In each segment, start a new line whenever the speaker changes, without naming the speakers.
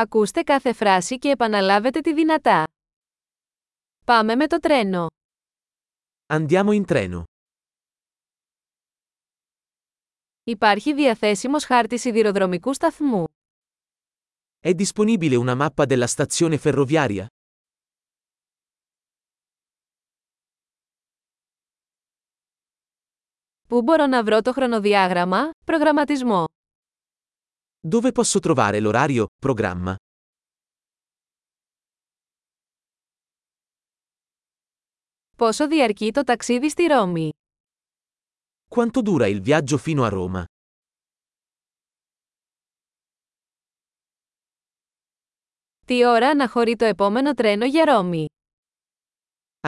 Ακούστε κάθε φράση και επαναλάβετε τη δυνατά. Πάμε με το τρένο.
Andiamo in treno.
Υπάρχει διαθέσιμος χάρτης σιδηροδρομικού σταθμού.
È disponibile una mappa della stazione ferroviaria?
Πού μπορώ να βρω το χρονοδιάγραμμα, προγραμματισμό.
Dove posso trovare l'orario, programma?
Πόσο διαρκεί το ταξίδι στη Ρώμη.
Quanto dura il viaggio fino a Roma?
Τι ώρα αναχωρεί το επόμενο τρένο για Ρώμη.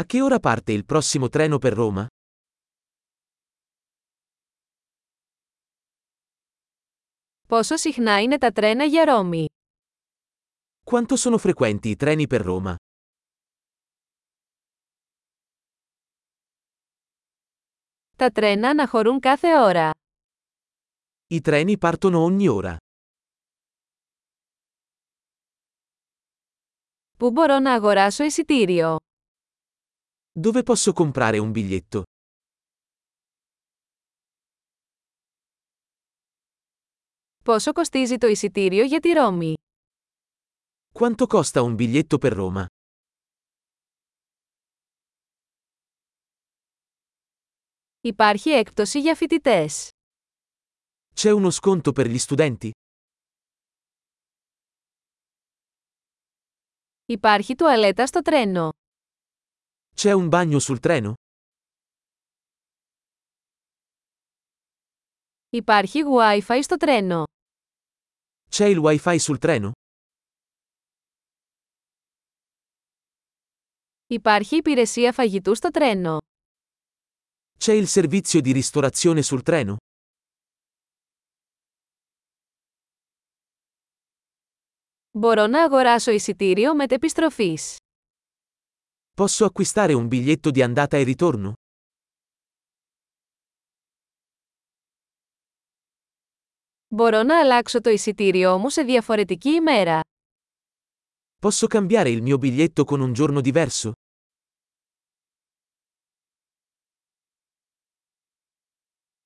A che ora parte il prossimo treno per Roma?
Πόσο συχνά είναι τα τρένα για Ρώμη.
Quanto sono frequenti i treni per Roma?
Τα τρένα αναχωρούν κάθε ώρα.
I treni partono ogni ora.
Πού μπορώ να αγοράσω εισιτήριο.
Dove posso comprare un biglietto?
Πόσο κοστίζει το εισιτήριο για τη Ρώμη.
Quanto costa un biglietto per Roma?
Υπάρχει έκπτωση για φοιτητέ.
C'è uno sconto per gli studenti?
Υπάρχει τουαλέτα στο τρένο.
C'è un bagno sul treno?
Υπάρχει Wi-Fi στο τρένο.
C'è il wifi sul treno?
Υπάρχει υπηρεσία φαγητού στο τρένο.
C'è il servizio di ristorazione sul treno?
Μπορώ να αγοράσω εισιτήριο μετεπιστροφής.
Posso acquistare un biglietto di andata e ritorno?
Μπορώ να αλλάξω το εισιτήριό μου σε διαφορετική ημέρα.
Posso cambiare il mio biglietto con un giorno diverso?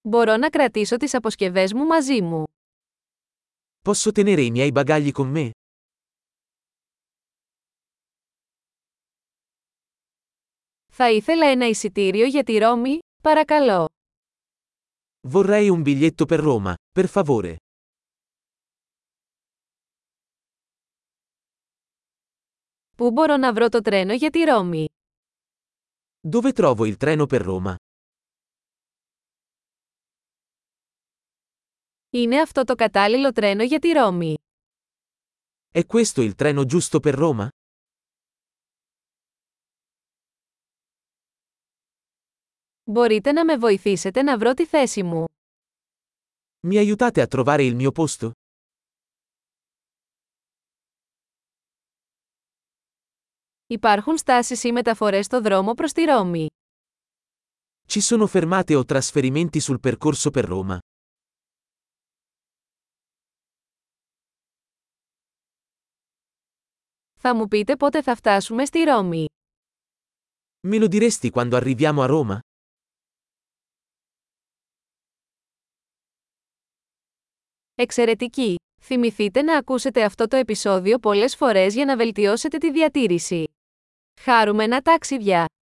Μπορώ να κρατήσω τις αποσκευές μου μαζί μου.
Posso tenere i miei bagagli con me?
Θα ήθελα ένα εισιτήριο για τη Ρώμη, παρακαλώ.
Vorrei un biglietto per Roma, per favore.
Πού μπορώ να βρω το τρένο για τη Ρώμη.
Dove trovo il treno per Roma?
Είναι αυτό το κατάλληλο τρένο για τη Ρώμη.
È questo il treno giusto per Roma?
Μπορείτε να με βοηθήσετε να βρω τη θέση μου.
Mi aiutate a trovare il mio posto?
Υπάρχουν στάσεις ή μεταφορές στο δρόμο προς τη Ρώμη.
Ci sono fermate o trasferimenti sul percorso per Roma?
Θα μου πείτε πότε θα φτάσουμε στη Ρώμη.
Me lo diresti quando arriviamo a Roma?
Εξαιρετική! Θυμηθείτε να ακούσετε αυτό το επεισόδιο πολλές φορές για να βελτιώσετε τη διατήρηση. Χάρουμενα ταξίδια!